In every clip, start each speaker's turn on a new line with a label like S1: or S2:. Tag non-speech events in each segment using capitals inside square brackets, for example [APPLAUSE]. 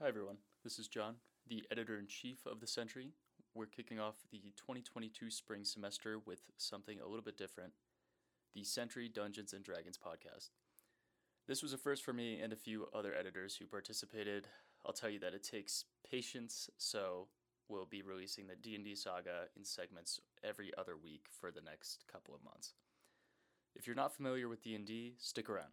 S1: Hi, everyone. This is John, the editor in chief of The Century. We're kicking off the 2022 spring semester with something a little bit different the Century Dungeons and Dragons podcast. This was a first for me and a few other editors who participated. I'll tell you that it takes patience, so we'll be releasing the D&D saga in segments every other week for the next couple of months. If you're not familiar with D&D, stick around.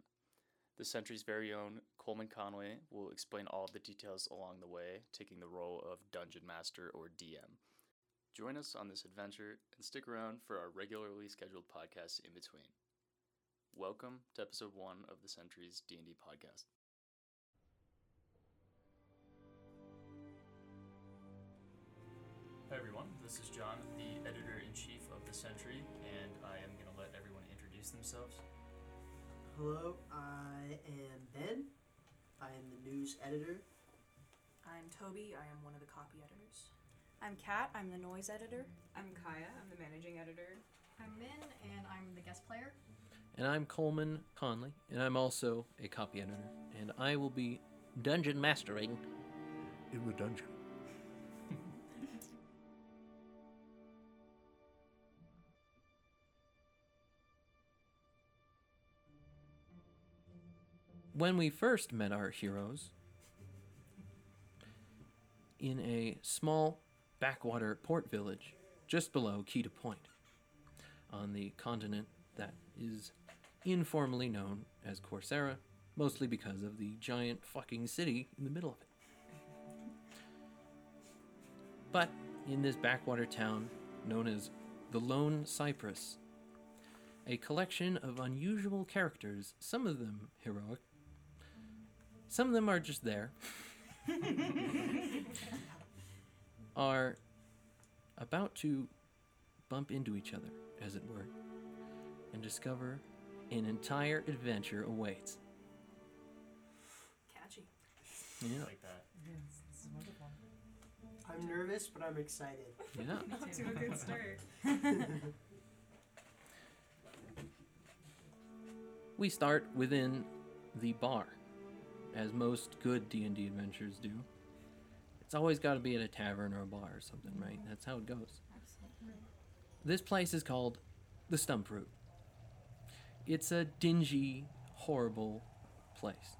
S1: The Sentry's very own Coleman Conway will explain all of the details along the way, taking the role of Dungeon Master or DM. Join us on this adventure and stick around for our regularly scheduled podcasts in between. Welcome to episode 1 of the Sentry's D&D podcast. Hi everyone, this is John, the editor-in-chief of the Sentry, and I am going to let everyone introduce themselves.
S2: Hello, I am Ben. I am the news editor.
S3: I'm Toby. I am one of the copy editors.
S4: I'm Kat. I'm the noise editor.
S5: I'm Kaya. I'm the managing editor.
S6: I'm Min, and I'm the guest player.
S7: And I'm Coleman Conley, and I'm also a copy editor, and I will be dungeon mastering.
S8: in the dungeon.
S7: [LAUGHS] When we first met our heroes, in a small backwater port village just below Keita Point, on the continent that is informally known as Coursera, mostly because of the giant fucking city in the middle of it. But in this backwater town known as the Lone Cypress, a collection of unusual characters, some of them heroic, some of them are just there, are about to bump into each other, as it were, and discover an entire adventure awaits.
S3: Catchy.
S7: Yeah.
S1: Like that.
S2: I'm nervous, but I'm excited.
S7: Yeah.
S5: to a good
S3: [LAUGHS]
S5: start.
S7: We start within the bar, as most good D&D adventures do. It's always got to be at a tavern or a bar or something, right? That's how it goes. This place is called the Stump Root. It's a dingy, horrible place.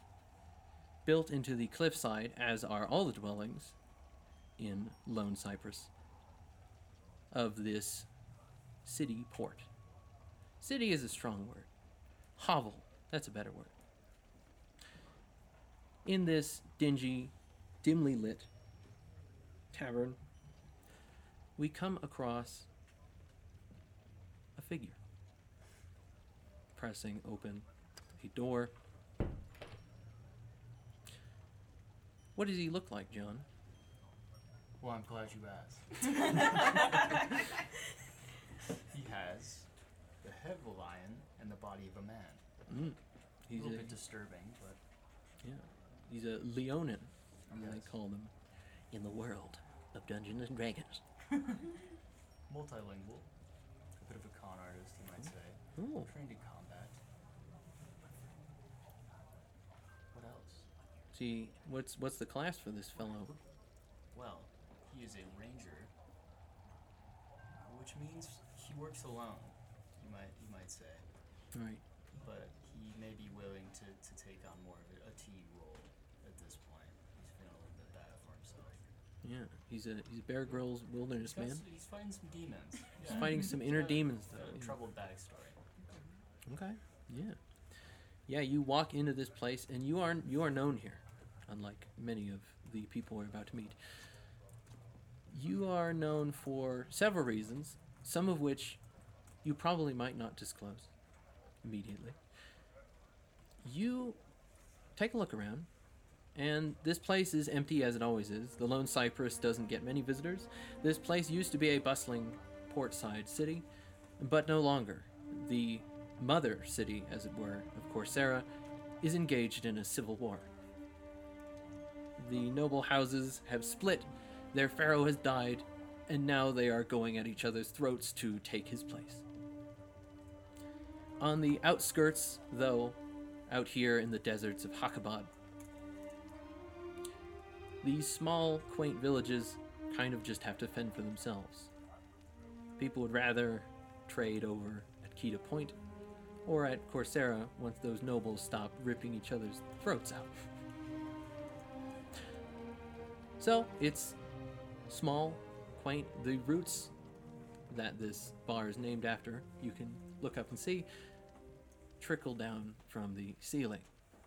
S7: Built into the cliffside, as are all the dwellings in Lone Cypress, of this city port. City is a strong word hovel. That's a better word. In this dingy, dimly lit tavern, we come across a figure pressing open a door. What does he look like, John?
S1: Well, I'm glad you asked. he has the head of a lion and the body of a man.
S7: He's
S1: a little bit disturbing, but
S7: yeah, he's a Leonin, as they
S1: Yes.
S7: call them, in the world of Dungeons and Dragons.
S1: multilingual. A bit of a con artist, you might say.
S7: Ooh.
S1: Trained in combat. What else?
S7: See, what's what's the class for this fellow?
S1: Well, he is a ranger, which means he works alone. You might you might say,
S7: All right.
S1: but he may be willing to, to take on more of a, a team role at this point. He's feeling a little bit bad for himself.
S7: Yeah, he's a he's a Bear Grylls wilderness
S1: He's, got,
S7: man.
S1: s- he's fighting some demons.
S7: He's fighting some inner demons
S1: Got
S7: though.
S1: a
S7: yeah.
S1: troubled backstory.
S7: Okay. Yeah. Yeah, you walk into this place and you are you are known here, unlike many of the people we're about to meet. You are known for several reasons, some of which you probably might not disclose immediately. You take a look around, and this place is empty as it always is. The Lone Cypress doesn't get many visitors. This place used to be a bustling port side city, but no longer. The mother city, as it were, of Coursera, is engaged in a civil war. The noble houses have split, their pharaoh has died, and now they are going at each other's throats to take his place. On the outskirts, though, out here in the deserts of Hakabad, These small, quaint villages kind of just have to fend for themselves. People would rather trade over at Keita Point or at Coursera once those nobles stop ripping each other's throats out. So it's small, quaint. The roots that this bar is named after, you can look up and see, trickle down from the ceiling.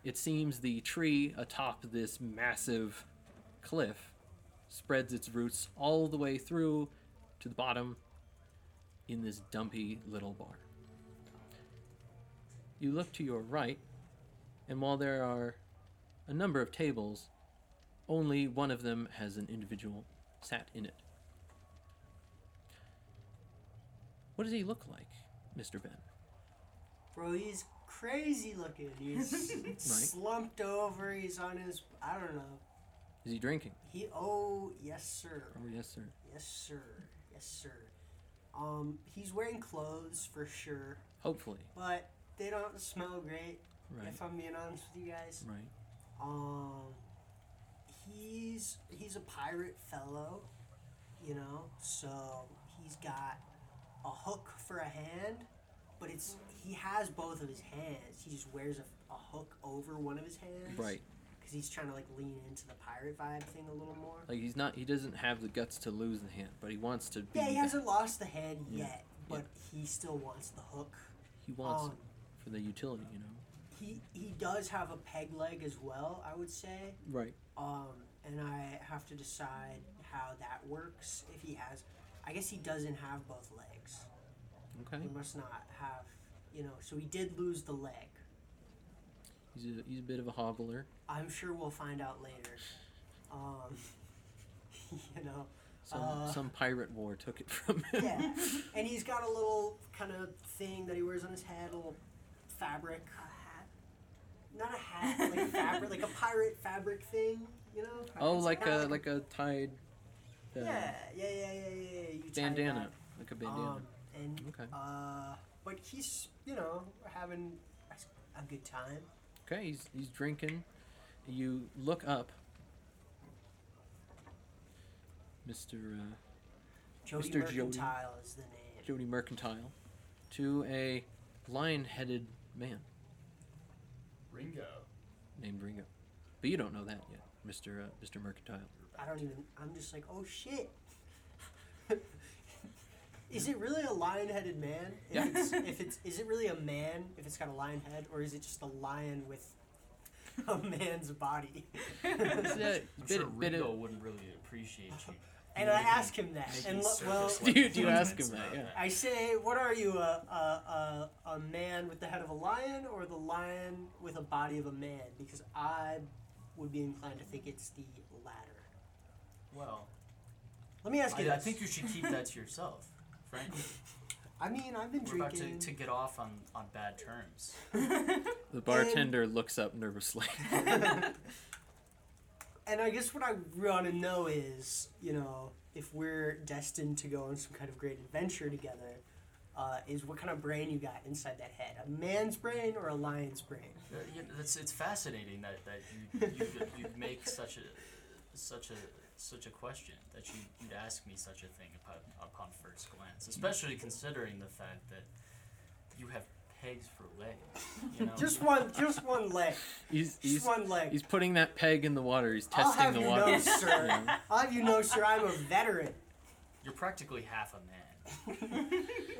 S7: It seems the tree atop this massive cliff spreads its roots all the way through to the bottom in this dumpy little bar. You look to your right, and while there are a number of tables, only one of them has an individual sat in it. What does he look like, Mr. Ben?
S2: Bro, he's crazy looking. He's slumped over. He's on his. I don't know.
S7: Is he drinking?
S2: He. Oh, yes, sir.
S7: Oh, yes, sir.
S2: Yes, sir. Yes, sir. Um, he's wearing clothes for sure,
S7: Hopefully.
S2: but they don't smell great.
S7: Right.
S2: If I'm being honest with you guys.
S7: Right.
S2: Um, he's he's a pirate fellow, you know. So he's got a hook for a hand, but it's he has both of his hands. He just wears a, a hook over one of his hands,
S7: Right.
S2: Because he's trying to like lean into the pirate vibe thing a little more.
S7: Like he's not he doesn't have the guts to lose the hand, but he wants to be
S2: Yeah, he
S7: that-
S2: hasn't lost the hand
S7: Yeah.
S2: yet, but he still wants the hook.
S7: he wants
S2: Um,
S7: it for the utility, you know.
S2: he he does have a peg leg as well. I would say.
S7: Right.
S2: Um, and I have to decide how that works. If he has, I guess he doesn't have both legs.
S7: Okay.
S2: He must not have, you know. So he did lose the leg.
S7: He's a, he's a bit of a hobbler.
S2: I'm sure we'll find out later. Um, [LAUGHS] you know,
S7: Some
S2: Uh.
S7: some pirate war took it from him.
S2: yeah. [LAUGHS] and he's got a little kind of thing that he wears on his head, a little fabric,
S3: A hat.
S2: not a hat, like a fabric, like a pirate fabric thing, you know.
S7: [LAUGHS] oh,
S2: It's
S7: like
S2: not
S7: a like a tied uh,
S2: yeah, yeah, yeah, yeah, yeah. yeah, You tie it
S7: bandana,
S2: up.
S7: like a bandana.
S2: Um, and
S7: okay.
S2: Uh, but he's, you know, having a a good time.
S7: Okay, he's, he's drinking. You look up. Mr. Uh,
S2: Jody
S7: Mr. Jody.
S2: Mercantile is the name.
S7: Jody Mercantile to a lion headed man
S8: Ringo.
S7: named Ringo. But you don't know that yet, Mr. Uh, Mr.
S2: [LAUGHS]
S7: Mercantile.
S2: I don't even. I'm just like, oh shit. [LAUGHS] is it really a lion-headed man? If
S7: Yeah. [LAUGHS]
S2: It's, if it's, is it really a man if it's got a lion head, or is it just a lion with [LAUGHS] a man's body?
S7: It's
S2: and
S7: uh, a
S8: I'm
S7: bit,
S8: sure
S7: bit
S8: Ringo
S7: of,
S8: wouldn't really appreciate
S2: [LAUGHS]
S8: you.
S2: I ask him that,
S8: making
S2: and lo- well,
S8: service
S7: Dude, you
S8: comments
S7: ask him that,
S8: about
S7: yeah.
S2: I say, what are you, a, a, a, a man with the head of a lion or the lion with a body of a man? Because I would be inclined to think it's the latter.
S8: Well,
S2: Let me ask you
S8: I, I
S2: this.
S8: think you should keep that to yourself, frankly.
S2: I mean, I've been
S8: We're about to,
S2: drinking.
S8: to get off on, on bad terms.
S7: the bartender looks up nervously.
S2: [LAUGHS]
S7: [LAUGHS]
S2: and I guess what I want to know is, you know, if we're destined to go on some kind of great adventure together, uh, is what kind of brain you got inside that head? A man's brain or a lion's brain?
S8: Uh, you know, it's, it's fascinating that, that you, you,
S2: [LAUGHS]
S8: you make such a such a such a question that you, you'd ask me such a thing upon, upon first
S2: Mm-hmm.
S8: glance, especially considering the fact that you have pegs for legs. You know?
S2: Just one, just
S8: [LAUGHS]
S2: one leg.
S7: he's,
S2: Just
S7: he's,
S2: one leg.
S7: he's putting that peg in the water. He's
S2: I'll
S7: testing
S2: have
S7: the
S2: you
S7: water.
S2: know, sir.
S7: [LAUGHS] Yeah.
S2: I'll have you know, sir, I'm a veteran.
S8: You're practically half a man.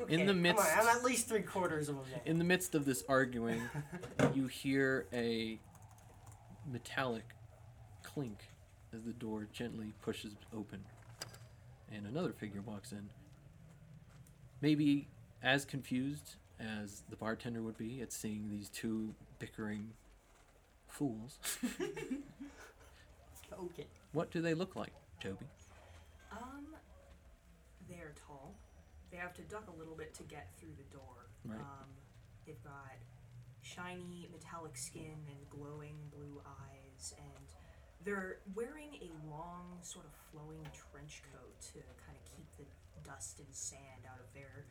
S2: Okay,
S7: the midst-
S2: Come on, I'm at least three quarters of a man.
S7: In the midst of this arguing, you hear a metallic clink as the door gently pushes open, and another figure walks in. Maybe as confused as the bartender would be at seeing these two bickering fools.
S2: Okay.
S7: what do they look like, Toby?
S3: Um, they're tall. They have to duck a little bit to get through the door.
S7: Right.
S3: Um, they've got shiny metallic skin and glowing blue eyes, and they're wearing a long, sort of flowing trench coat to kind of keep the dust and sand out of their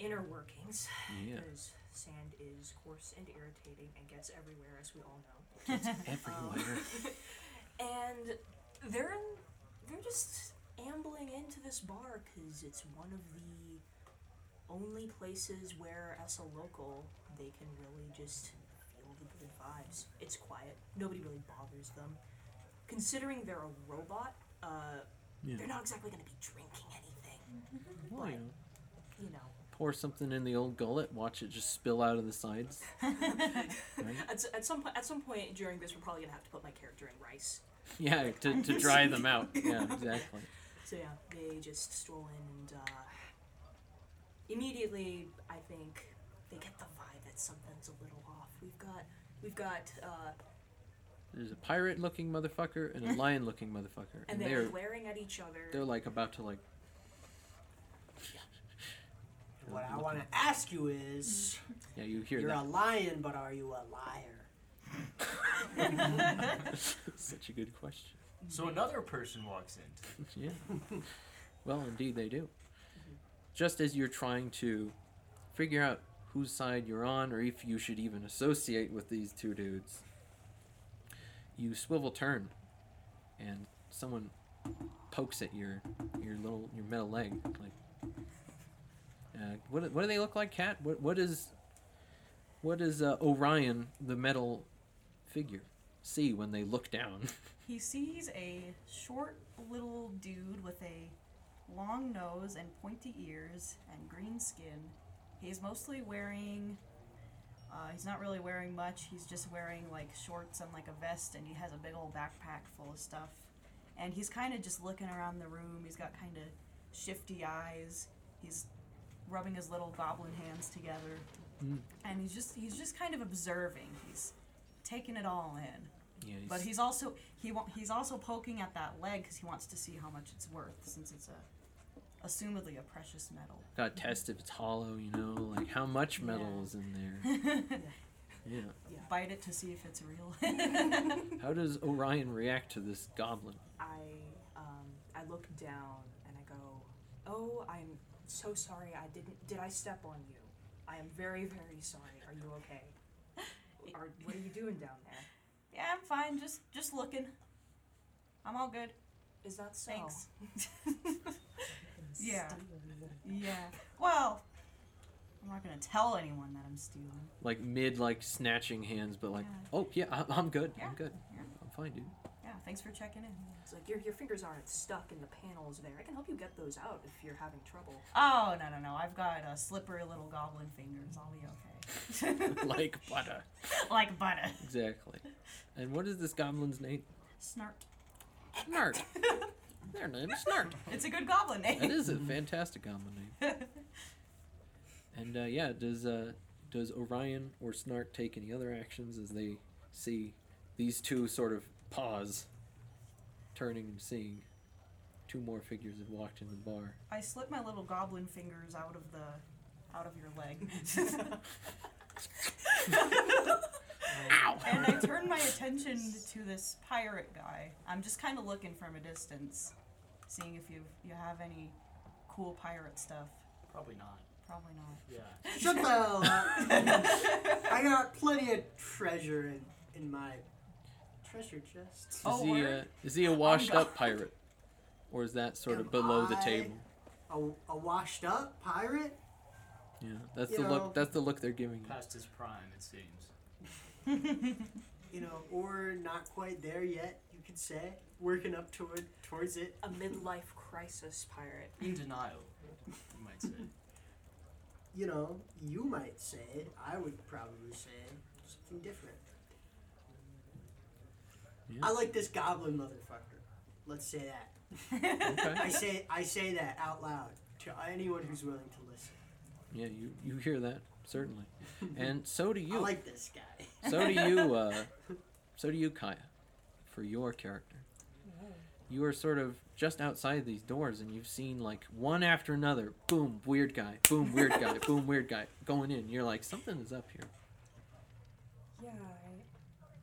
S3: inner workings.
S7: Yeah,
S5: [LAUGHS]
S3: Because sand is coarse and irritating and gets everywhere, as we all know.
S7: everywhere.
S3: And They're in, they're just ambling into this bar because it's one of the only places where, as a local, they can really just feel the good vibes. It's quiet. Nobody really bothers them. Considering they're a robot, uh,
S7: Yeah.
S3: they're not exactly going to be drinking anything.
S7: Well, you know,
S3: You know,
S7: pour something in the old gullet, watch it just spill out of the sides.
S3: [LAUGHS] at, s- at some po- at some point during this, we're probably going to have to put my character in rice.
S7: Yeah, to, to dry them out. Yeah, exactly.
S3: So yeah, they just stroll in and uh, immediately, I think they get the vibe that something's a little off. We've got we've got uh,
S7: There's a pirate looking motherfucker
S3: [LAUGHS]
S7: and a lion looking motherfucker.
S3: and
S7: And
S3: they're
S7: they're
S3: glaring at each other.
S7: they're like about to like
S2: What I want to ask you is,
S7: yeah, you hear
S2: you're a
S7: that.
S2: lion, but are you a liar?
S7: [LAUGHS] Such a good question.
S2: Mm-hmm.
S8: So another person walks in.
S7: Yeah. Well, indeed they do. Just as you're trying to figure out whose side you're on or if you should even associate with these two dudes, you swivel turn and someone pokes at your your little your metal leg like uh, what, do- what do they look like cat what what is what is uh, Orion the metal figure see when they look down [LAUGHS]
S4: He sees a short little dude with a long nose and pointy ears and green skin. He's mostly wearing. Uh, he's not really wearing much. He's just wearing like shorts and like a vest, and he has a big old backpack full of stuff. And he's kind of just looking around the room. He's got kind of shifty eyes. He's rubbing his little goblin hands together,
S7: Mm.
S4: and he's just he's just kind of observing. He's taking it all in.
S7: yeah,
S4: But he's also he wa- he's also poking at that leg because he wants to see how much it's worth since it's a assumedly a precious metal. [LAUGHS]
S7: Gotta test if it's hollow, you know, like how much metal
S4: Yeah.
S7: is in there. Yeah.
S4: Bite it to see if it's real. [LAUGHS]
S7: How does Orion react to this goblin?
S3: I um, I look down and I go, "Oh, I'm so sorry. I didn't. Did I step on you? I am very, very sorry. Are you okay? Are, what are you doing down there?
S4: yeah, I'm fine. Just just looking. I'm all good.
S3: Is that so?
S4: Thanks. yeah. Yeah. Well, I'm not gonna tell anyone that I'm stealing.
S7: Like mid, like snatching hands, but like,
S4: Yeah.
S7: oh yeah, I, I'm good.
S4: Yeah,
S7: I'm good.
S4: yeah.
S7: I'm fine, dude. [LAUGHS]
S4: Yeah. Thanks for checking in.
S3: It's like your your fingers aren't stuck in the panels there. I can help you get those out if you're having trouble.
S4: Oh no no no! I've got uh, slippery little goblin fingers. I'll be
S7: [LAUGHS]
S4: okay. [LAUGHS]
S7: like butter.
S4: like butter.
S7: Exactly. And what is this goblin's name?
S4: Snart. [LAUGHS]
S7: Snart. Their name is Snart.
S4: It's a good goblin
S7: [LAUGHS]
S4: name.
S7: That
S4: [LAUGHS]
S7: is a fantastic goblin name. and uh, yeah, does uh, does Orion or Snark take any other actions as they see these two sort of pause, turning and seeing two more figures have walked in the bar?
S4: I slip my little goblin fingers out of the out of your leg. And I turn my attention to this pirate guy. I'm just kind of looking from a distance, seeing if you you have any cool pirate stuff.
S8: Probably not.
S4: Probably not.
S8: Yeah.
S2: Shut the hell up. I got plenty of treasure in, in my treasure chest.
S4: Oh,
S7: is he a,
S4: word.
S7: is he a washed
S2: Oh,
S4: God.
S7: up pirate, or is that sort of
S2: Am
S7: below the
S2: I-
S7: table?
S2: A, a washed up pirate?
S7: Yeah, that's
S2: You
S7: the
S2: know-
S7: look. That's the look they're giving
S2: [LAUGHS]
S7: you.
S8: Past his prime, it seems.
S2: You know, or not quite there yet, you could say. Working up toward towards it.
S3: A midlife crisis pirate.
S8: In denial, you might say.
S2: You know, you might say it. I would probably say something different.
S7: Yeah.
S2: I like this goblin motherfucker. Let's say that. I
S7: Okay.
S2: say I say that out loud to anyone who's willing to listen.
S7: Yeah, you you hear that
S2: [LAUGHS]
S7: certainly, and so do you.
S2: I like this guy.
S7: So do you, uh, so do you, Kaya, for your character. You are sort of just outside these doors, and you've seen like one after another. Boom, weird guy. Boom, weird
S5: [LAUGHS]
S7: guy. boom, weird guy. Going in, you're like something is up here.
S5: Yeah.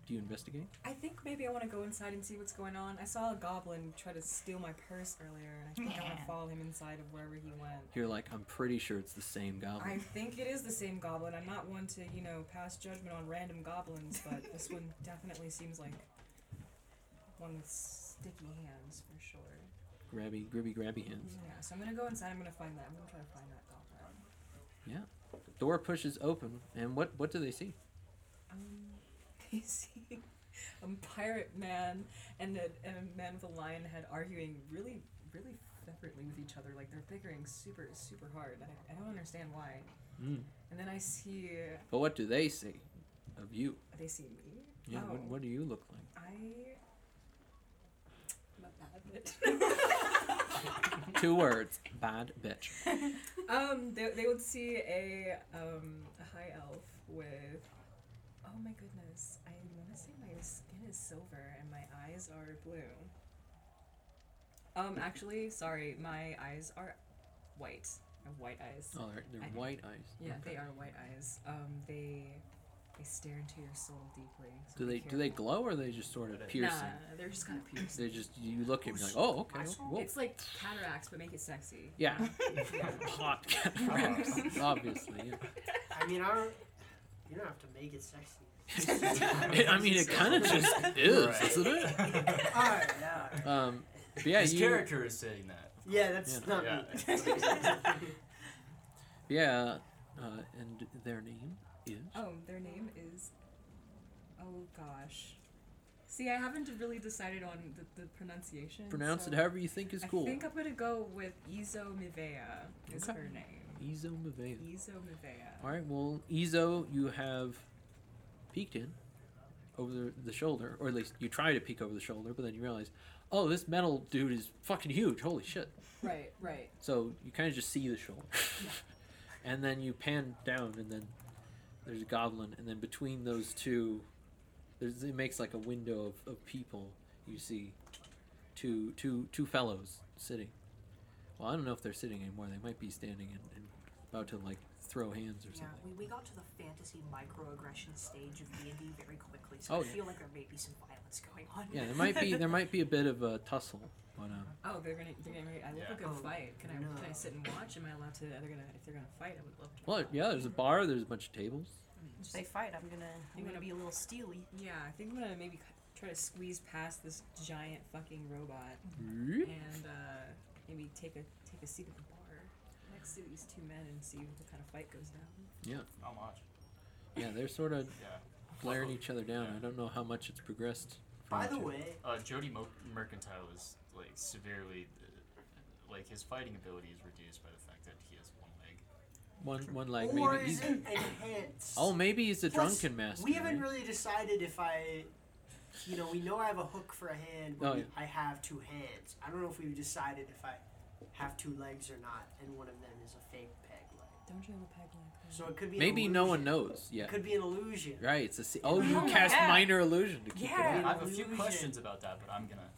S7: Do you investigate?
S5: I, I think maybe I want to go inside and see what's going on. I saw a goblin try to steal my purse earlier, and I think I want to follow him inside of wherever he went.
S7: You're like, I'm pretty sure it's the same
S5: I
S7: goblin.
S5: think it is the same goblin. I'm not one to, you know, pass [LAUGHS] judgment on random goblins, but this one definitely seems like one that's sticky hands for sure.
S7: Grabby, gribby, grabby hands.
S5: Yeah, so I'm gonna go inside. I'm gonna find that. I'm gonna try to find that goblin.
S7: The door pushes open, and what what do they see?
S5: [LAUGHS] Um, they see a pirate man and a, and a man with a lion head arguing really, really separately with each other. Like they're bickering super, super hard. And I, I don't understand why.
S7: Mm.
S5: And then I see
S7: But what do they see of you?
S5: they see me.
S7: Yeah,
S5: oh,
S7: what, what do you look like?
S5: I. I'm a bad bitch.
S7: [LAUGHS] Two words, bad bitch.
S5: [LAUGHS] um, they, they would see a um a high elf with. Oh my goodness! I want to say my skin is silver and my eyes are blue. Um, actually, sorry, my eyes are white. I have white eyes.
S7: Oh, they're, they're
S5: I-
S7: white eyes.
S5: Yeah,
S7: Okay.
S5: they are white eyes. Um, they they stare into your soul deeply. so
S7: Do
S5: be
S7: they do they
S5: careful.
S7: glow or are they just sort of piercing?
S5: Nah, they're just kind of piercing.
S7: They just you look at them like, oh, okay, whoa,
S5: It's like cataracts, but make
S7: [LAUGHS]
S5: it sexy. [LAUGHS]
S7: yeah, hot cataracts, obviously. Yeah.
S2: I mean, I don't. You don't have to make it sexy.
S7: It- [LAUGHS] I mean, it kind [LAUGHS] of just is,
S8: Right.
S7: isn't it?
S8: [LAUGHS]
S2: All right, now.
S7: Um, but yeah,
S8: His
S7: you,
S8: character is saying that.
S2: Yeah, that's
S7: Yeah.
S2: not
S8: Yeah.
S2: me. [LAUGHS]
S7: yeah, uh, and their name is [LAUGHS]
S5: Oh, their name is. Oh gosh. See, I haven't really decided on the, the pronunciation.
S7: pronounce
S5: so
S7: it however you think is
S5: I
S7: cool.
S5: think I'm gonna go with Izo Mivea is
S7: Okay.
S5: her name.
S7: Izo Mavea.
S5: Izo Mivea.
S7: All right. Well, Ezo, you have peeked in over the, the shoulder, or at least you try to peek over the shoulder, but then you realize, oh, this metal dude is fucking huge. Holy shit!
S5: Right, right.
S7: So you kind of just see the shoulder, [LAUGHS] and then you pan down, and then there's a goblin, and then between those two, there's, it makes like a window of, of people. You see two two two fellows sitting. Well, I don't know if they're sitting anymore. They might be standing and, and about to like throw hands or
S3: Yeah,
S7: something.
S3: we, we got to the fantasy microaggression stage of D&D very quickly, so
S7: Oh,
S3: I
S7: yeah.
S3: feel like there may be some violence going on.
S7: Yeah, there might be there might be a bit of a tussle, but um,
S5: Oh, they're gonna. They're gonna I love
S8: Yeah.
S5: a good
S2: Oh,
S5: fight. Can I?
S2: no.
S5: Can I sit and watch? Am I allowed to? They're gonna. If they're gonna fight, I would love to.
S7: well, yeah, there's a bar, there's a bunch of tables.
S4: If they fight, I'm gonna I'm
S5: You're
S4: gonna
S5: gonna-
S4: be a little steely.
S5: Yeah, I think I'm gonna maybe cut- try to squeeze past this giant fucking robot and uh, maybe take a take a seat at the bar next to these two men and see what kind of fight goes down.
S8: [LAUGHS] Not much.
S7: Yeah, they're sort of
S8: Yeah.
S7: glaring each other down.
S8: Yeah.
S7: I don't know how much it's progressed. from
S2: By the
S7: two.
S2: way,
S8: Uh, Jody Mo- Mercantile is like severely, uh, like his fighting ability is reduced by the fact that he has one leg.
S7: one one leg
S2: or
S7: maybe.
S2: is
S7: He's,
S2: it enhanced?
S7: oh, maybe he's a
S2: Plus,
S7: drunken master.
S2: We haven't
S7: right?
S2: really decided if I, you know, we know I have a hook for a hand, but
S7: Oh,
S2: we-
S7: yeah.
S2: I have two hands. I don't know if we decided if I have two legs or not, and one of them is a fake peg leg.
S5: Don't you have a peg leg?
S2: So it could be. an
S7: maybe no one
S2: illusion.
S7: knows
S2: It
S7: yet.
S2: could be an illusion.
S7: Right, it's a se- oh you
S4: Oh,
S7: cast
S4: yeah.
S7: minor illusion to keep
S2: Yeah.
S7: it
S8: I
S7: up.
S8: have a few
S2: Illusion.
S8: questions about that, but I'm gonna,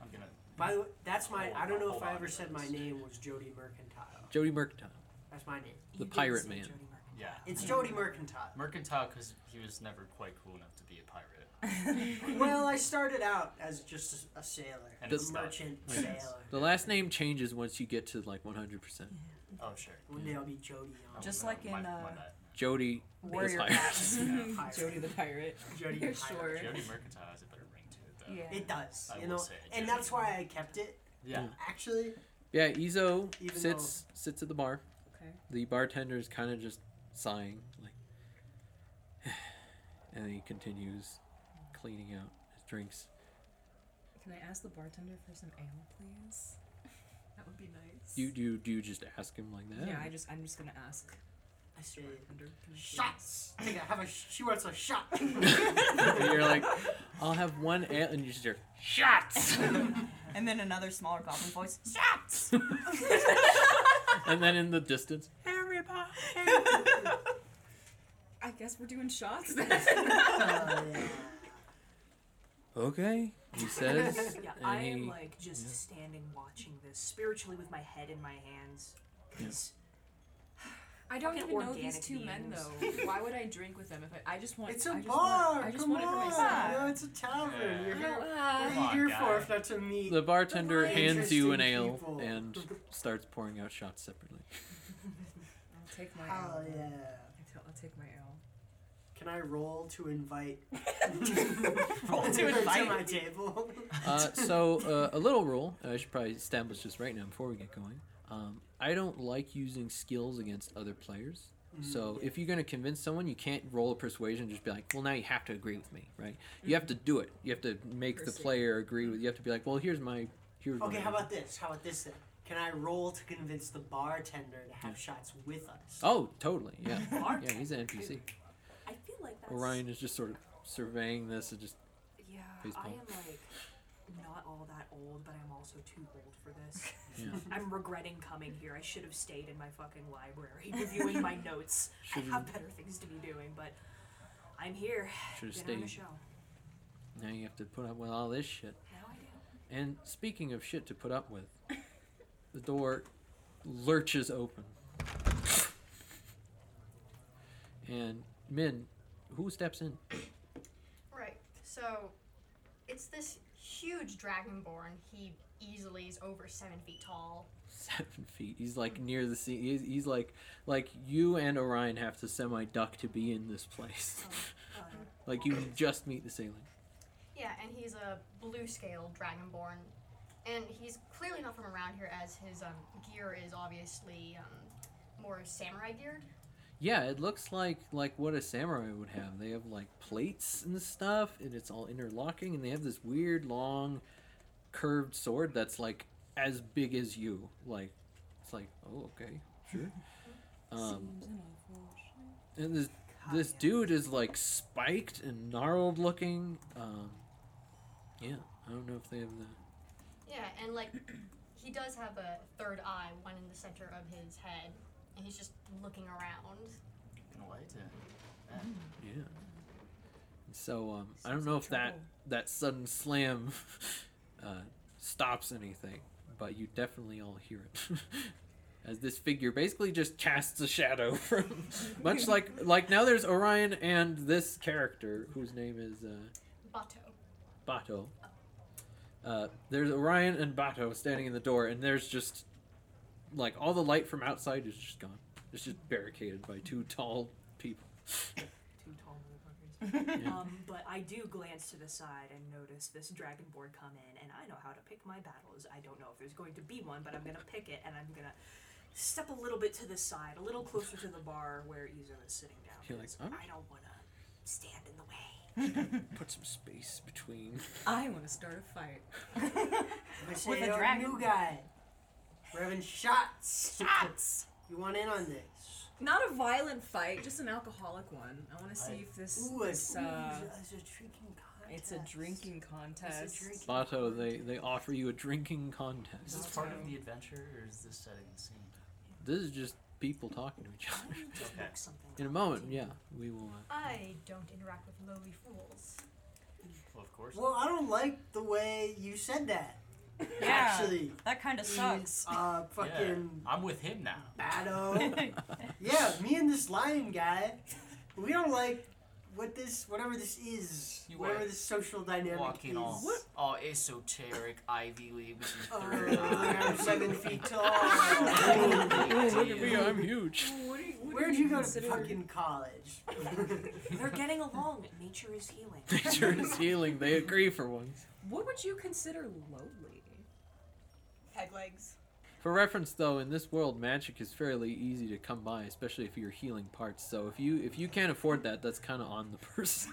S8: I'm gonna.
S2: By the way, that's my. I don't know if
S8: Hold
S2: I
S8: on
S2: ever
S8: to
S2: said
S8: this.
S2: my name was Jody Mercantile.
S7: Jody Mercantile.
S2: That's my name.
S7: The
S4: did
S7: pirate
S4: say
S7: man.
S4: Jody Merc-
S8: Yeah.
S2: It's Jody Mercantile.
S8: Mercantile, because he was never quite cool enough to be a
S4: [LAUGHS]
S8: pirate.
S5: [LAUGHS]
S2: well, I started out as just a, a sailor,
S8: And
S2: a
S8: it's not-
S2: merchant
S8: Yeah.
S2: sailor.
S7: The last name changes once you get to like 100%.
S8: Oh sure.
S2: One day I'll be Jody.
S8: Oh,
S4: Just
S8: no,
S4: like
S8: my-
S4: in,
S8: my
S4: uh,
S8: bad.
S7: Jody is
S4: Warrior
S7: higher.
S4: [LAUGHS] cats.
S2: Yeah.
S5: [LAUGHS] Jody the pirate.
S2: Jody.
S5: You're
S2: Pirate.
S5: sure.
S8: Jody Mercantile has a better ring to it though.
S4: Yeah.
S2: It does,
S8: I
S2: you
S8: will
S2: know,
S8: say it
S2: and
S8: did.
S2: that's why I kept it.
S8: Yeah.
S2: Actually,
S7: [LAUGHS] Yeah, Izo
S2: Even
S7: sits sits at the bar.
S5: Okay.
S7: The bartender is kind of just sighing, like, [SIGHS] and then he continues cleaning out his drinks.
S5: Can I ask the bartender for some ale, please? That would be nice.
S7: You do you, do you just ask him like that?
S5: Yeah, I just I'm just gonna ask.
S2: I say
S5: Bartender, can I please-
S2: shots. I think I have a. sh- She wants a shot.
S8: [LAUGHS]
S7: And you're
S2: [LAUGHS]
S7: like, I'll have one ale, and you just hear
S8: [LAUGHS]
S7: shots,
S4: and then another smaller goblin voice. Shots!
S7: and then in the distance,
S4: Everybody!
S5: I guess we're doing
S2: [LAUGHS]
S5: shots. then.
S2: Uh,
S7: okay, he says,
S3: Yeah,
S7: and
S3: I
S7: he-
S3: am like just
S7: yeah.
S3: standing watching this spiritually with my head in my hands. 'cause
S5: I don't
S3: Fucking
S5: even know these
S3: organic
S5: two men
S3: beings.
S5: though. Why would I drink with them if I? I just want.
S2: it's
S5: I
S2: a
S5: just
S2: bar.
S5: Want, I just
S2: Come
S5: want it for
S2: on.
S5: myself.
S2: No, it's a tavern.
S8: Yeah.
S2: You're
S5: I
S2: here.
S5: don't-
S2: What are
S5: ah.
S2: you
S8: Come on,
S2: here for
S8: guy.
S2: if not to meet?
S7: the bartender
S2: Really
S7: hands you an
S2: interesting
S7: ale
S2: people.
S7: and starts pouring out shots separately.
S5: I'll take my.
S2: Hell
S5: ale.
S2: yeah.
S5: I tell- I'll take my ale.
S2: Can can I roll to
S8: [LAUGHS]
S2: invite
S4: Roll
S2: [LAUGHS]
S4: to invite.
S2: my table? [LAUGHS]
S7: Uh, so uh, a little rule I should probably establish this right now before we get going. Um, I don't like using skills against other players.
S2: Mm.
S7: So if you're going to convince someone, you can't roll a persuasion and just be like, "Well, now you have to agree with me," right? You have to do it. You have to make the
S5: Persuade.
S7: player agree with. You have to be like, "Well, here's my here's."
S2: okay,
S7: my-
S2: how about this? How about this then? Can I roll to convince the bartender to have shots with us?
S7: Oh, totally. [LAUGHS] Yeah,
S2: [LAUGHS] Mark.
S7: yeah. He's an NPC.
S3: I feel like that's.
S7: Orion is just sort of surveying this and just
S3: Yeah,
S7: Baseball.
S3: I am like not all that old, but I'm also too old for this.
S7: Yeah.
S3: I'm regretting coming here. I should have stayed in my fucking library [LAUGHS] reviewing my notes. I have better things to be doing, but I'm here.
S7: should have
S3: Been on a
S7: stayed.
S3: show.
S7: Now you have to put up with all this shit.
S3: Now I do.
S7: And speaking of shit to put up
S3: [LAUGHS]
S7: with, the door lurches open. And Min, who steps in? [LAUGHS]
S6: Right. So it's this huge dragonborn. He easily is over seven feet tall.
S7: Seven feet. He's like near the sea. He's, he's like, like you and Orion have to semi duck to be in this place.
S3: Oh,
S7: [LAUGHS] like you just meet the sailing.
S6: Yeah, and he's a blue scaled dragonborn. And he's clearly not from around here, as his um, gear is obviously um, more samurai geared.
S7: Yeah, it looks like like what a samurai would have. They have like plates and stuff, and it's all interlocking, and they have this weird long, curved sword that's like as big as you. Like, it's like oh okay, sure. Um, and this this dude is like spiked and gnarled looking. Um, yeah, I don't know if they have the
S6: Yeah, and [CLEARS THROAT] like he does have a third eye, one in the center of his head, and he's just looking around.
S8: Gonna light it.
S7: yeah. And So um, I don't know if that that sudden slam [LAUGHS] uh, stops anything, but you definitely all hear it. [LAUGHS] As this figure basically just casts a shadow [LAUGHS] from, much like like now there's Orion and this character whose name is uh,
S6: Bato.
S7: Bato. Uh, there's Orion and Bato standing in the door, and there's just like all the light from outside is just gone. It's just barricaded by two tall people.
S3: Too tall
S7: [LAUGHS]
S3: motherfuckers. Um, but I do glance to the side and notice this dragonborn come in, and I know how to pick my battles. I don't know if there's going to be one, but I'm gonna pick it, and I'm gonna step a little bit to the side, a little closer to the bar where Izo is sitting down.
S7: You're like,
S3: 'cause
S7: "I'm-
S3: I don't wanna stand in the way.
S7: Put some space between.
S5: I want to start a fight.
S2: [LAUGHS] With a dragon. New guy. We're having shots. Shots. you want in on this?
S5: Not a violent fight, just an alcoholic one. I want to see
S8: I-
S5: if this.
S2: Ooh,
S5: this,
S2: it's,
S5: uh,
S2: it's a drinking contest.
S5: it's a drinking
S2: It's
S5: contest.
S2: a drinking
S7: Bato, they, they offer you a drinking
S8: Is this
S7: contest.
S8: part of the adventure, or is this setting the scene?
S7: This is just people talking to each
S3: Why
S7: other.
S3: don't you [LAUGHS] just
S7: [LAUGHS]
S8: Okay.
S3: look something
S7: In a
S3: up?
S7: moment, yeah, we will. Uh,
S6: I don't interact with lowly fools.
S8: Well, of course.
S2: Well, I don't like the way you said that.
S4: Yeah.
S2: Actually,
S4: That kind of sucks.
S2: uh,
S8: yeah,
S2: fucking
S8: I'm with him now.
S2: Bado. yeah, me and this lion guy, we don't like what this, whatever this is,
S8: You
S2: whatever
S8: are
S2: this social dynamic
S8: Walking
S2: is.
S8: all, all esoteric, Ivy League with your
S2: Oh,
S8: third [LAUGHS]
S2: I'm
S8: eye.
S2: seven feet tall.
S7: look at me, I'm huge. [LAUGHS]
S5: What do you- what do
S2: Where'd you go to
S5: consider-
S2: fucking college?
S7: [LAUGHS]
S3: They're getting along. Nature is healing.
S7: Nature is healing. They agree for once.
S5: What would you consider lowly?
S4: Peg legs.
S7: For reference, though, in this world, magic is fairly easy to come by, especially if you're healing parts. So if you if you can't afford that, that's kind of on the
S2: [LAUGHS]
S7: person.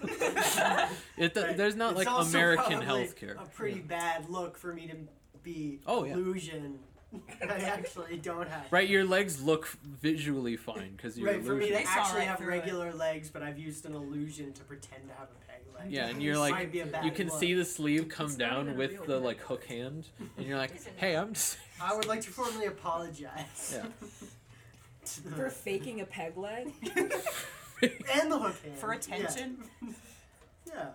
S7: it do-
S2: Right.
S7: there's not
S2: It's
S7: like
S2: also
S7: American
S2: probably
S7: healthcare.
S2: A pretty
S7: Yeah.
S2: bad look for me to be
S7: Oh, yeah.
S2: illusion. [LAUGHS] I actually don't have.
S7: Right, your legs look visually fine because you're
S2: Right, for me to
S7: illusion.
S4: They saw
S2: actually
S4: right
S2: have
S4: through it.
S2: regular legs, but I've used an illusion to pretend to have a peg leg.
S7: Yeah, and you're
S2: This
S7: like-
S2: might be a bad
S7: You can
S2: look.
S7: see the sleeve come
S5: It's not even
S7: down
S5: a
S7: with
S5: real
S7: the
S5: peg.
S7: like hook
S5: [LAUGHS]
S7: hand, and you're like,
S6: Isn't it?
S7: "Hey, I'm just."
S2: I would like to formally apologize.
S7: Yeah.
S2: [LAUGHS] To the-
S5: For faking a peg leg? [LAUGHS]
S2: and the hook hand.
S4: For attention.
S2: Yeah. yeah.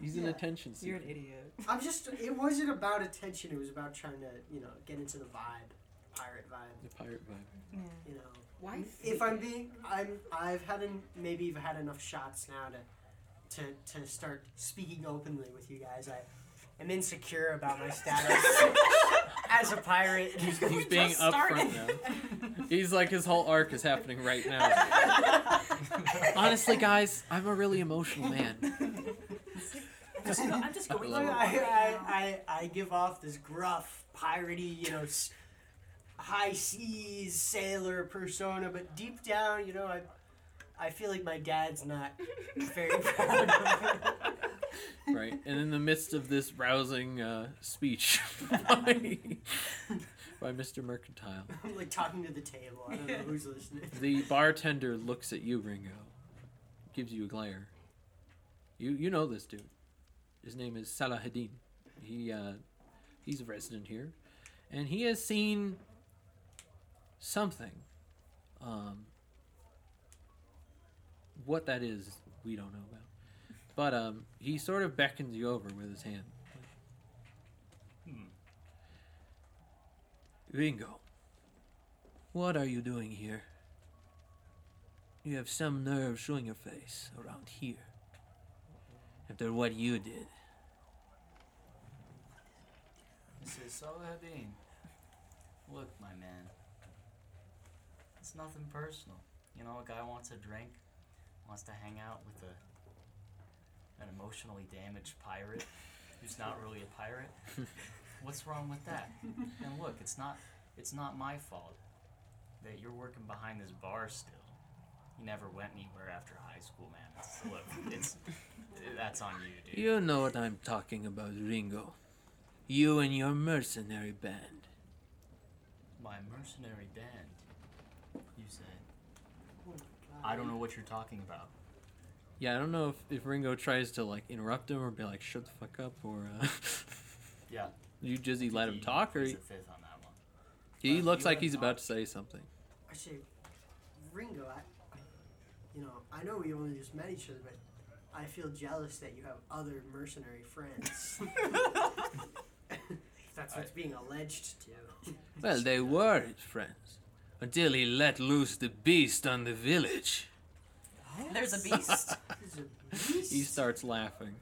S7: He's an
S2: Yeah.
S7: attention
S5: You're
S7: seeker.
S5: an idiot.
S2: I'm just. It wasn't about attention. It was about trying to, you know, get into the vibe, pirate vibe.
S7: The pirate
S5: [LAUGHS]
S7: vibe.
S2: You know, Mm.
S5: Why?
S2: if I'm being, I'm, I've had, en- maybe I've had enough shots now to, to, to start speaking openly with you guys. I, am insecure about
S7: [LAUGHS]
S2: my status as a pirate.
S7: He's being
S5: [LAUGHS]
S4: just
S7: upfront now. He's like his whole arc is happening right now. Honestly, guys, I'm a really emotional man.
S5: [LAUGHS]
S3: I'm just, go- I'm just going
S2: I,
S3: to
S2: I, I, I give off this gruff, piratey, you know, s- high seas sailor persona, but deep down, you know, I, I feel like my dad's [LAUGHS] not very proud of me.
S7: Right. And in the midst of this rousing uh, speech [LAUGHS]
S5: [LAUGHS]
S7: by, by Mr. Mercantile,
S2: I'm like talking to the table. I don't know who's [LAUGHS] listening.
S7: the bartender looks at you, Ringo, gives you a glare. You you know this dude. His name is Salahadin. He uh, he's a resident here, and he has seen something. Um, what that is, we don't know about. But um, he sort of beckons you over with his hand.
S8: Hmm.
S7: Ringo, what are you doing here? You have some nerve showing your face around here. After what you did.
S8: This is Salahadin. Look, my man. It's nothing personal. You know, a guy wants a drink, wants to hang out with a an emotionally damaged pirate who's not really a pirate. What's wrong with that? And look, it's not it's not my fault that you're working behind this bar still. You never went anywhere after high school, man. It's, look, it's that's on you, dude.
S7: You know what I'm talking about, Ringo. You and your mercenary band.
S8: My mercenary band, you said. I don't know what you're talking about.
S7: Yeah, I don't know if, if Ringo tries to like interrupt him or be like, shut the fuck up, or uh,
S8: [LAUGHS] Yeah.
S7: you Jizzy let him
S8: He
S7: talk, or
S8: pleads
S7: he,
S8: the fifth on that one.
S7: he
S8: Uh,
S7: looks
S8: you
S7: like
S8: let
S7: he's
S8: him
S7: about
S8: talk.
S7: to say something.
S2: I say, Ringo, I, you know, I know we only just met each other, but I feel jealous that you have other mercenary friends. [LAUGHS] That's what's being alleged to.
S7: Well, they were his friends until he let loose the beast on the
S8: [LAUGHS]
S7: village.
S4: [LAUGHS] There's a beast.
S2: This is a beast.
S7: He starts laughing,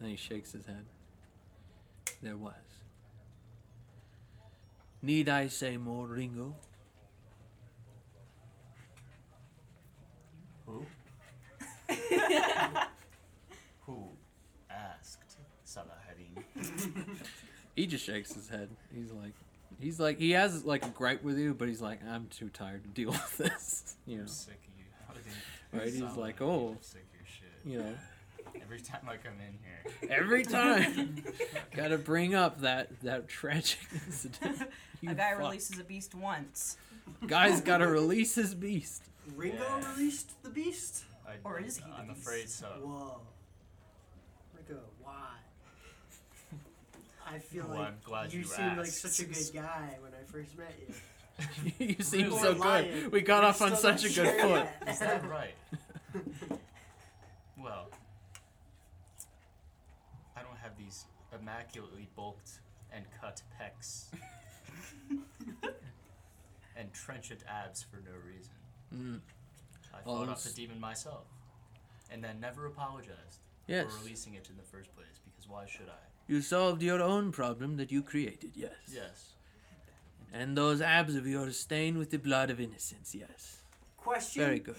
S7: and he shakes his head. There was. Need I say more, Ringo?
S8: Who? Who asked Salahadin?
S7: He just shakes his head. He's like, he's like, he has like a gripe with you, but he's like, I'm too tired to deal [LAUGHS] with this. You know,
S8: I'm [LAUGHS] sick of you. Saladin.
S7: Right, he's
S8: Saladin,
S7: like, oh.
S8: I'm sick of your shit.
S7: you know.
S8: Every time I come in here,
S7: Every
S2: [LAUGHS]
S7: time, gotta bring up that that tragic
S2: [LAUGHS]
S7: incident. You
S4: a guy
S7: fuck.
S4: releases a beast once.
S7: Guy's gotta release his beast. [LAUGHS]
S2: Ringo
S8: Yeah. uh,
S2: released the beast?
S8: I,
S4: Or is he the
S8: I'm
S4: beast?
S8: afraid so.
S2: Whoa. Ringo, why?
S8: [LAUGHS]
S2: I feel
S8: Well,
S2: like
S8: I'm glad
S2: you
S8: you
S2: seemed like
S8: asked.
S2: such a good guy when I first met
S8: [LAUGHS]
S2: you.
S7: you seem
S8: Really?
S7: so
S2: Or lion.
S7: good. We got
S2: We're
S7: off on
S2: still not
S7: such a
S2: sure
S7: good foot.
S2: yet.
S8: Is
S7: [LAUGHS]
S8: that right? well, I don't have these immaculately bulked and cut pecs
S7: [LAUGHS]
S8: and trenchant abs for no reason.
S7: Mm.
S8: I
S7: Well,
S8: fought off the
S7: it's-
S8: demon myself and then never apologized
S7: Yes,
S8: for releasing it in the first place because why should I?
S7: you solved your own problem that you created. Yes.
S8: Yes.
S7: And those abs of yours stained with the blood of innocence. Yes.
S2: Question
S7: Very good.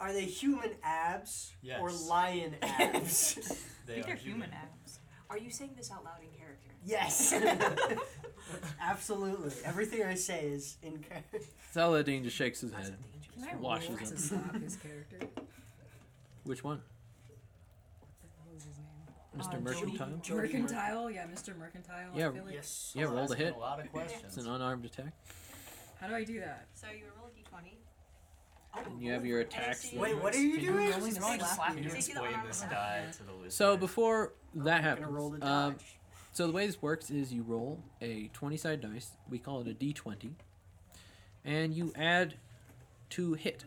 S2: Are they human abs or
S8: Yes.
S2: lion
S8: [LAUGHS]
S2: abs?
S8: They
S4: I think
S8: are
S4: they're
S8: human.
S4: human abs.
S3: Are you saying this out loud in character?
S8: [LAUGHS]
S2: yes. Absolutely. Everything I say is in character.
S7: Saladin just shakes his head.
S5: Can I
S7: Washes
S5: roll
S7: him.
S5: to stop his
S4: [LAUGHS]
S5: character? What
S7: Which one?
S5: the hell is his
S7: Mr.
S5: name?
S4: Uh,
S7: Mercantile?
S5: Mercantile? Yeah, Mr. Mercantile.
S7: Yeah,
S5: I feel like,
S2: Yes.
S7: Yeah,
S8: I'm
S7: roll the
S8: asking
S7: hit.
S8: A lot of
S7: It's
S8: questions.
S7: an unarmed attack.
S5: How do I do that?
S6: So you roll a d20.
S3: Oh.
S7: And you have your attacks.
S6: see-
S7: that
S2: Wait,
S7: are
S2: what are you
S7: exceeding-
S2: doing?
S5: Rolling
S4: Just
S5: to
S4: slap
S5: slap
S8: Can
S5: you.
S8: you
S6: So you see the
S8: explain
S6: unarmed
S8: this
S6: attack?
S8: die to the listeners?
S7: So before that
S2: Oh, I'm
S7: happens,
S2: gonna roll the
S7: um,
S2: dodge.
S7: so the way this works is you roll a 20 sided dice. We call it a d20, and you add to hit.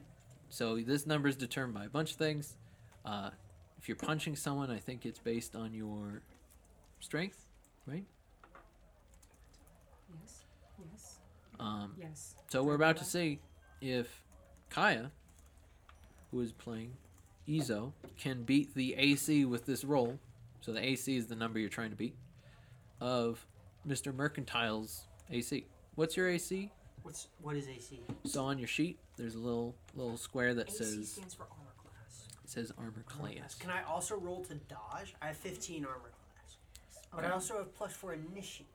S7: So this number is determined by a bunch of things. Uh, if you're punching someone, I think it's based on your strength, right?
S5: Yes. Yes.
S7: Um,
S5: Yes.
S7: So we're about to see if Kaya, who is playing Izo, can beat the AC with this roll. So the AC is the number you're trying to beat of Mr. Mercantile's AC. What's your AC?
S2: What's what is AC?
S7: So on your sheet, there's a little little square that
S3: AC
S7: says
S3: stands for armor class.
S7: It says armor class.
S2: Can I also roll to dodge? I have 15 armor class. But I
S7: Okay.
S2: also have plus 4 initiative.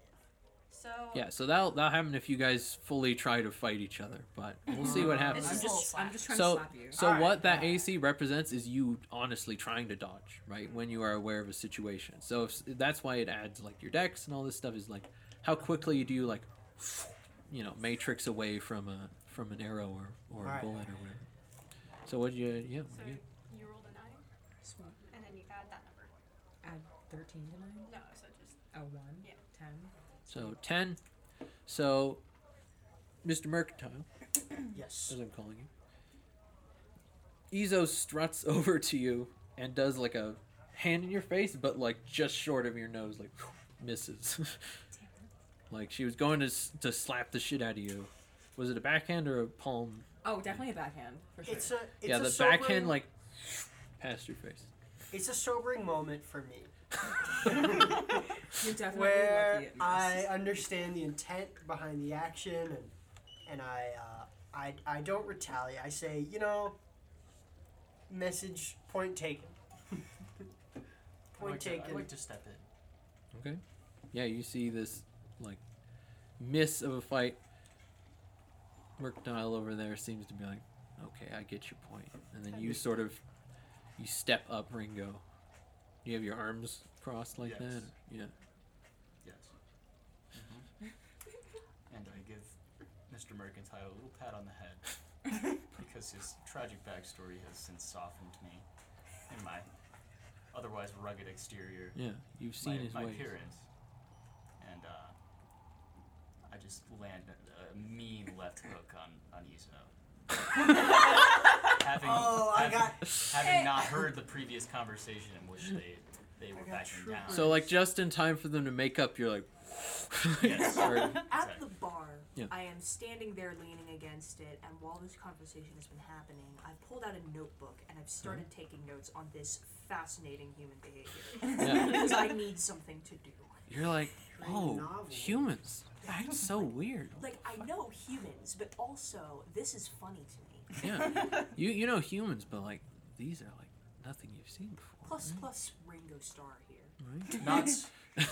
S4: So
S7: Yeah, so that'll that'll happen if you guys fully try to fight each other, but we'll see what
S4: It's
S7: happens.
S4: just a little slap.
S5: I'm just trying to
S7: So,
S5: slap you.
S7: so
S2: Alright,
S7: what that
S2: yeah.
S7: AC represents is you honestly trying to dodge, right? When you are aware of a situation. So if, that's why it adds like your decks and all this stuff is like how quickly do you like, [SNIFFS] you know, matrix away from a from an arrow or or a
S2: Alright.
S7: bullet or whatever. So what you yeah
S6: So
S7: yeah.
S6: you rolled a nine,
S5: Sweet.
S6: and then you add that number.
S5: Add 13 to 9?
S6: No, so just
S5: A 1?
S6: Yeah.
S5: 10?
S7: so ten. So, Mr. Mercantile.
S2: Yes.
S7: as I'm calling you. Ezo struts [LAUGHS] over to you and does like a hand in your face, but like just short of your nose, like [LAUGHS] misses. [LAUGHS] like she was going to s- to slap the shit out of you. Was it a backhand or a palm?
S5: Oh, definitely a backhand, for sure.
S2: It's a it's
S7: yeah,
S2: a
S7: the
S2: sobering,
S7: backhand like [SNIFFS] past your face.
S2: it's a sobering moment for me
S5: You're definitely lucky
S2: where
S5: it
S2: I
S5: missed.
S2: understand the intent behind the action and and I uh, I I don't retaliate. I say, you know, message point taken. [LAUGHS]
S8: I'd
S2: point
S8: like to- I'd
S2: taken.
S8: like to step in.
S7: Okay. Yeah, you see this like miss of a fight. Mercantile over there seems to be like, okay, I get your point. And then you sort of you step up, Ringo. You have your arms crossed like that.
S8: Yes.
S7: or- Yeah.
S8: Yes. Mm-hmm. and I give Mr. Mercantile a little pat on the head
S2: [LAUGHS]
S8: because his tragic backstory has since softened me and my otherwise rugged exterior,
S7: Yeah. You've seen
S8: my,
S7: his
S8: my
S7: ways.
S8: appearance. And uh, I just land a, a mean left hook on, on
S2: [LAUGHS]
S8: Izuno. having
S2: Oh, I
S8: having,
S2: got
S8: having not heard the previous conversation in which they, they were
S2: got
S8: backing down.
S7: So like just in time for them to make up, you're like [LAUGHS]
S8: Yes.
S7: Sorry.
S3: At
S8: Exactly.
S3: the bar,
S7: Yeah.
S3: I am standing there leaning against it, and while this conversation has been happening, I've pulled out a notebook and I've started
S7: Mm-hmm.
S3: taking notes on this fascinating human behavior.
S7: [LAUGHS] Yeah.
S8: [LAUGHS]
S3: because I need something to do.
S7: You're like,
S2: Pretty
S7: Oh,
S2: novel.
S7: humans. That's so weird.
S3: [LAUGHS] Like, I know humans, but also, this is funny to me. [LAUGHS]
S7: Yeah. You you know humans, but like these are like nothing you've seen before.
S3: Plus, plus Ringo Starr here.
S7: Right?
S8: Not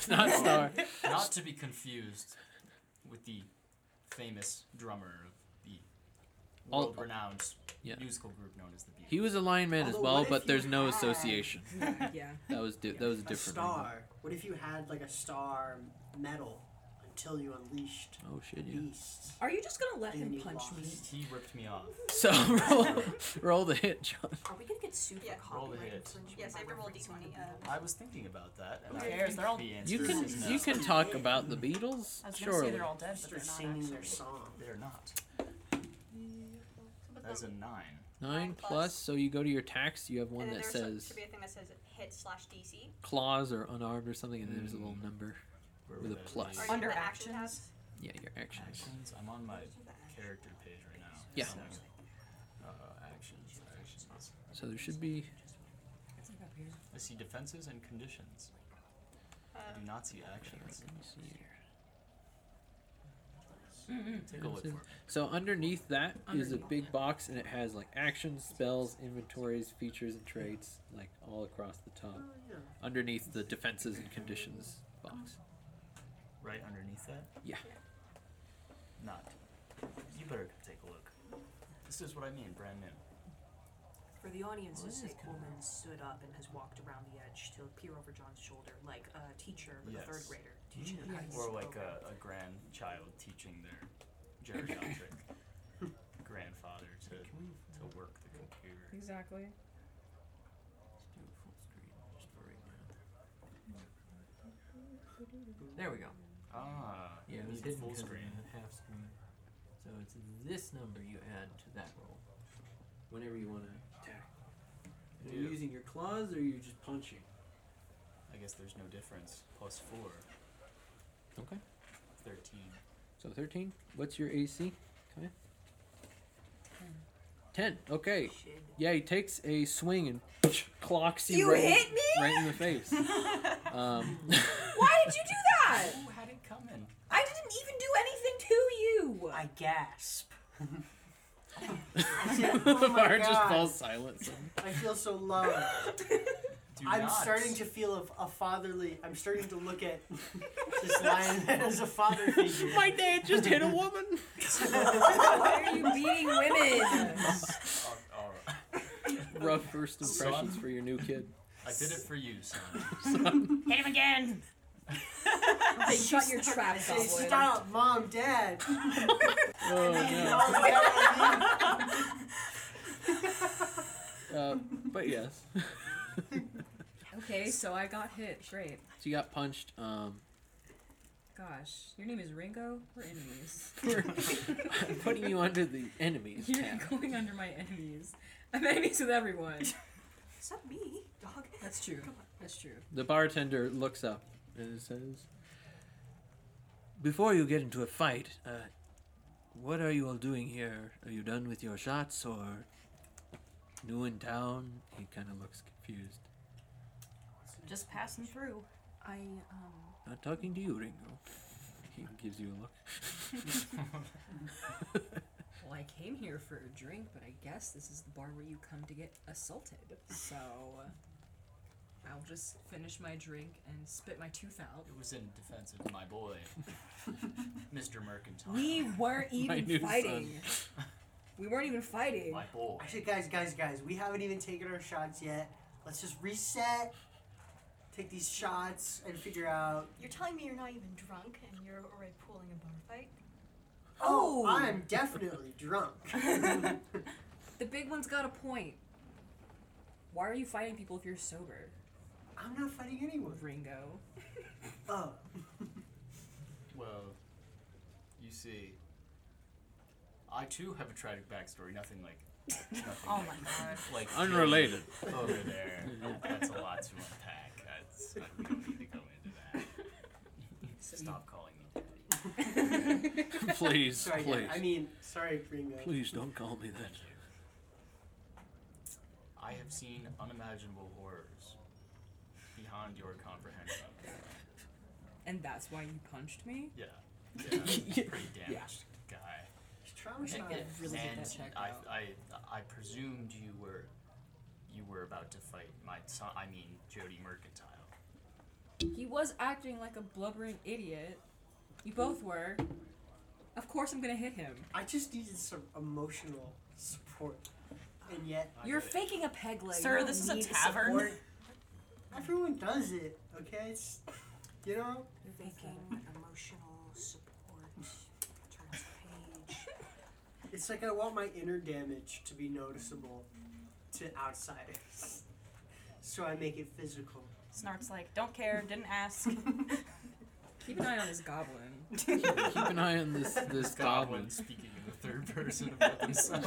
S7: Not star.
S8: Not to be confused with the famous drummer of the
S7: All-
S8: world-renowned
S7: yeah.
S8: musical group known as the Beatles.
S7: He was a lion man as
S2: Although
S7: well,
S2: what
S7: but
S2: if
S7: there's
S2: you
S7: no
S2: had
S7: association.
S5: [LAUGHS] yeah.
S7: That was di- that was a
S2: a
S7: different. angle.
S2: star. What if you had like a star medal until you unleashed
S7: Oh shit! Yeah.
S2: beasts?
S5: Are you just gonna let
S2: And
S5: him
S2: you
S5: punch me?
S2: lost.
S8: He ripped me off.
S7: [LAUGHS] So roll, roll the hit, John.
S3: Are we gonna get sued
S6: Yeah.
S3: for
S8: Roll the
S3: copyright
S8: hit.
S3: infringement?
S6: yes,
S3: by
S6: I rolled
S3: referencing
S6: d20.
S3: the
S6: Uh,
S8: I was thinking about that. And
S2: Who
S8: I
S2: cares?
S8: They're all the answer
S7: You can
S8: is no.
S7: you can talk about the Beatles,
S4: I was gonna say
S7: surely.
S4: they're all dead, but
S2: Start
S4: they're not
S2: singing
S4: actually.
S2: their [LAUGHS] song.
S8: They're not.
S6: but
S8: That's
S6: the-
S8: a nine.
S7: Nine plus, so you go to your tax. You have one
S6: and then
S7: that
S6: there was-
S7: says
S6: should be a thing that says hit slash DC.
S7: claws or unarmed or something, and there's a little number.
S8: Where
S7: With
S8: would
S7: a
S8: that
S7: plus.
S8: be?
S6: Are you
S4: Under
S6: in the action
S4: actions?
S6: tabs?
S7: Yeah, your actions.
S8: Actions. I'm on my character page right now.
S7: Yeah.
S8: So, uh, actions. Actions.
S7: So there should be.
S5: It's like up here.
S8: I see defenses and conditions. I do
S6: Um,
S8: not see actions.
S7: let me see here.
S8: Take a look for it.
S7: So underneath that is a
S5: Underneath
S7: big box, and it has like actions, spells, inventories, features, and traits, like all across the top. Underneath the defenses and conditions box.
S8: Right underneath that?
S7: Yeah.
S8: Not. You better take a look. This is what I mean, brand new.
S3: For the audience's
S5: Well, this is
S3: sake,
S5: kinda-
S3: woman stood up and has walked around the edge to peer over John's shoulder, like a teacher with a third
S8: Yes.
S3: grader teaching them how to use
S8: Or
S3: a
S8: like
S3: program.
S8: a, a grandchild teaching their geriatric grandfather to, to work the computer.
S5: Exactly.
S7: There we go.
S8: Ah,
S7: Yeah,
S8: we
S7: it was
S8: did
S7: hidden
S8: full
S7: because of
S8: screen.
S7: the half screen. So it's this number you add to that roll. Whenever you want to attack. Are you
S8: Yeah.
S7: using your claws or are you just punching?
S8: I guess there's no difference. Plus four,
S7: Okay.
S8: 13.
S7: So 13. What's your AC? Okay.
S2: Hmm.
S7: 10. Okay.
S3: Shit.
S7: Yeah, he takes a swing and [SNIFFS] clocks you, right, in- right in the face. [LAUGHS] um,
S5: Why did you do that?
S8: Ooh, had it coming.
S5: I didn't even do anything to you.
S2: I gasp.
S7: [LAUGHS]
S2: [LAUGHS] [LAUGHS] Oh my
S7: Bard just
S2: God.
S7: falls silent. suddenly.
S2: I feel so loved.
S8: Do
S2: I'm
S8: not.
S2: starting to feel a, a fatherly. I'm starting to look at this lion [LAUGHS] man as a father figure.
S7: My dad just hit a
S2: [LAUGHS]
S7: woman.
S3: Why are you beating women?
S5: [LAUGHS]
S8: Oh, all right.
S7: Rough first impressions
S8: Son.
S7: for your new
S2: [LAUGHS]
S7: kid.
S8: I did it for you, son.
S4: Hit him again.
S3: Shut your trap,
S2: Say, stop, mom, dad.
S7: Oh no.
S2: Mom, [LAUGHS] dad,
S7: Uh, but yes, [LAUGHS]
S5: Okay, so I got hit. Great.
S7: she got punched. Um, [LAUGHS]
S5: Gosh, your name is Ringo. We're enemies.
S7: for [LAUGHS] putting you under the enemy's
S5: [LAUGHS] You're
S7: tab.
S5: going under my enemies. I'm enemies with [LAUGHS] everyone.
S3: Except me, dog.
S5: That's true. That's true.
S7: The bartender looks up and says, "Before you get into a fight, uh, what are you all doing here? Are you done with your shots or new in town?" He kind of looks confused.
S4: Just passing through.
S3: I um.
S7: Not talking to you, Ringo. He gives you a look. [LAUGHS]
S5: Well, I came here for a drink, but I guess this is the bar where you come to get assaulted. So uh, I'll just finish my drink and spit my tooth out.
S8: It was in defense of my boy, Mr. Mercantile.
S3: We weren't
S7: [LAUGHS] My new
S3: even
S7: son.
S3: fighting. We weren't even fighting.
S8: my boy.
S2: Actually, guys, guys, guys, we haven't even taken our shots yet. Let's just reset, take these shots, and figure out.
S6: You're telling me you're not even drunk and you're already pulling a bar fight?
S2: Oh,
S3: Oh.
S2: I'm definitely drunk.
S3: [LAUGHS]
S5: The big one's got a point. Why are you fighting people if you're sober,
S2: I'm not fighting anyone.
S3: [LAUGHS]
S5: Ringo?
S2: Oh,
S8: Well, you see, I too have a tragic backstory. Nothing like. Nothing
S4: Oh my god.
S8: [LAUGHS] Like over there. That's a lot to unpack. That's, we don't need to go into that. Stop calling me daddy.
S7: please,
S2: sorry,
S7: please,
S2: Dad. I mean, sorry, Ringo.
S7: please don't call me
S8: [LAUGHS]
S7: that.
S8: I have seen unimaginable horrors beyond your comprehension.
S5: And that's why you punched me.
S8: Yeah. yeah. Pretty damaged guy.
S2: He's traumatized.
S5: Yeah, really get
S8: and
S5: that checked
S8: I,
S5: out.
S8: I, I presumed you were, you were about to fight my son. I mean, Jody Mercantile.
S5: He was acting like a blubbering idiot. You both were. Of course, I'm gonna hit him.
S2: I just needed some emotional support, and yet
S8: I
S5: You're
S8: get it.
S5: faking a peg leg.
S4: Sir, this is a tavern.
S2: support. Everyone does it, okay? It's you know.
S3: Making emotional support. Turns the page.
S2: It's like I want my inner damage to be noticeable to outsiders, so I make it physical.
S4: Snart's like, don't care, didn't
S3: [LAUGHS]
S4: ask.
S5: Keep an eye on this goblin.
S7: Keep an eye on this this goblin.
S8: Goblin speaking in the third person about
S5: [LAUGHS]
S8: themselves.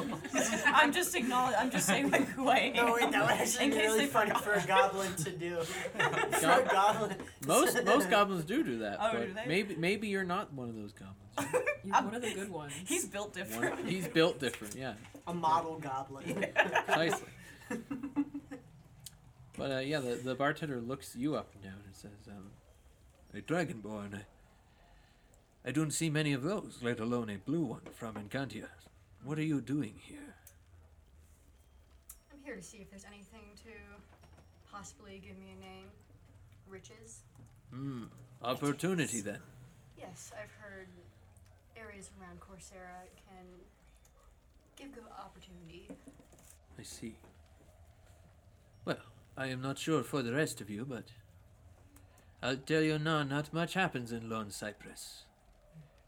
S4: I'm just acknowledging. I'm just saying like who I am.
S2: No, wait, that would actually
S4: [LAUGHS] In
S2: be
S4: case
S2: really
S4: they
S2: funny
S4: forgot.
S2: for a goblin to do.
S4: [LAUGHS]
S2: for a
S7: Gob-
S2: goblin.
S7: Most most goblins do do that.
S4: Oh,
S7: but
S4: do they?
S7: Maybe maybe you're not one of those goblins.
S5: You're
S4: I'm-
S5: one of the good ones.
S4: He's built different.
S7: One- [LAUGHS] he's built different. Yeah,
S2: A model goblin.
S7: precisely. But uh, yeah, the, the bartender looks you up and down and says, um, "A dragonborn. I, I don't see many of those, let alone a blue one from Encantia. What are you doing here?"
S6: I'm here to see if there's anything to possibly give me a name. Riches?
S7: Hmm. Opportunity then.
S6: Yes, I've heard areas around Coursera can give good opportunity.
S7: I see. Well, I am not sure for the rest of you, but I'll tell you now, not much happens in Lone Cypress.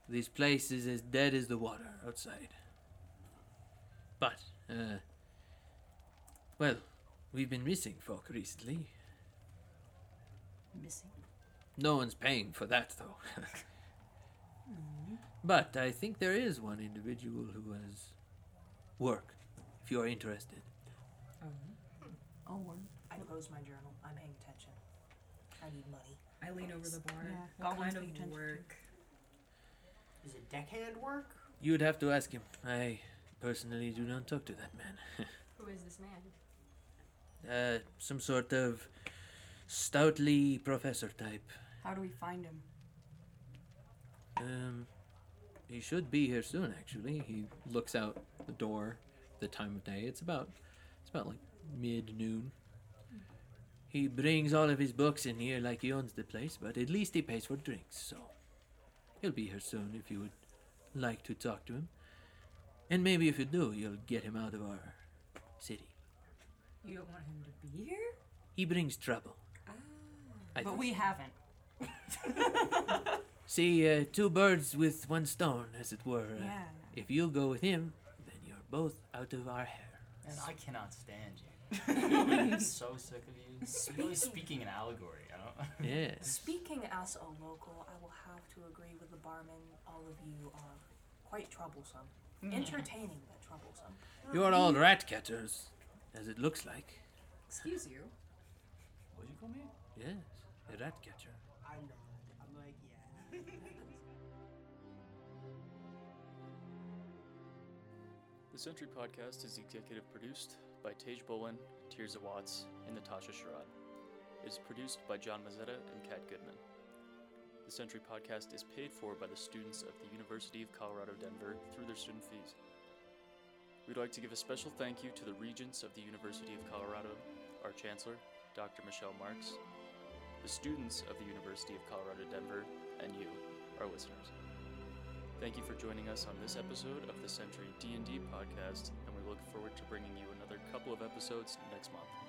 S7: This place is as dead as the water outside. But, uh, well, we've been missing folk recently.
S4: Missing.
S7: No one's paying for that, though. [LAUGHS] but I think there is one individual who has work, if you're interested.
S4: Oh, one.
S3: I close my journal. I'm paying attention. I need money.
S5: I lean over the bar.
S4: Yeah,
S5: What
S4: goblins
S5: kind
S4: pay attention
S5: of
S4: to-
S5: work?
S2: Is it deckhand work?
S7: You'd have to ask him. I personally do not talk to that
S6: Who is this man?
S7: man. Uh, some sort of stoutly professor type.
S4: How do we find him?
S7: Um,
S9: He should be here soon, actually. He looks out the door. The time of day. It's about, it's about like mid noon. He brings all of his books in here like he owns the place, but at least he pays for drinks, so he'll be here soon if you would like to talk to him. And maybe if you do, you'll get him out of our city.
S5: You don't want him to be here?
S9: He brings trouble. I
S10: Ah. But
S9: think.
S10: we haven't.
S9: See, uh, two birds with one stone, as it were. Uh,
S10: Yeah.
S9: If you go with him, then you're both out of our hair.
S8: And I cannot stand
S5: [LAUGHS]
S8: you. I'm so sick of you. You're really speaking in allegory. I don't. [LAUGHS]
S10: Hmm.
S9: Yes.
S3: Speaking as a local, I will have to agree with the barman. All of you are quite troublesome.
S4: Mm.
S3: Entertaining, but troublesome.
S9: You are all rat catchers, as it looks like.
S5: Excuse you.
S8: What'd you call me?
S9: Yes, a rat catcher.
S2: I nod. I'm like, yeah.
S1: The Sentry Podcast is executive produced by Tej Bolin, Tirza Watts, and Natasha Sherrod. It is produced by John Mazzetta and Kat Goodman. The Sentry Podcast is paid for by the students of the University of Colorado Denver through their student fees. We'd like to give a special thank you to the Regents of the University of Colorado, our Chancellor, Dr. Michelle Marks, the students of the University of Colorado Denver, and you, our listeners. Thank you for joining us on this episode of the Century D&D podcast, and we look forward to bringing you another couple of episodes next month.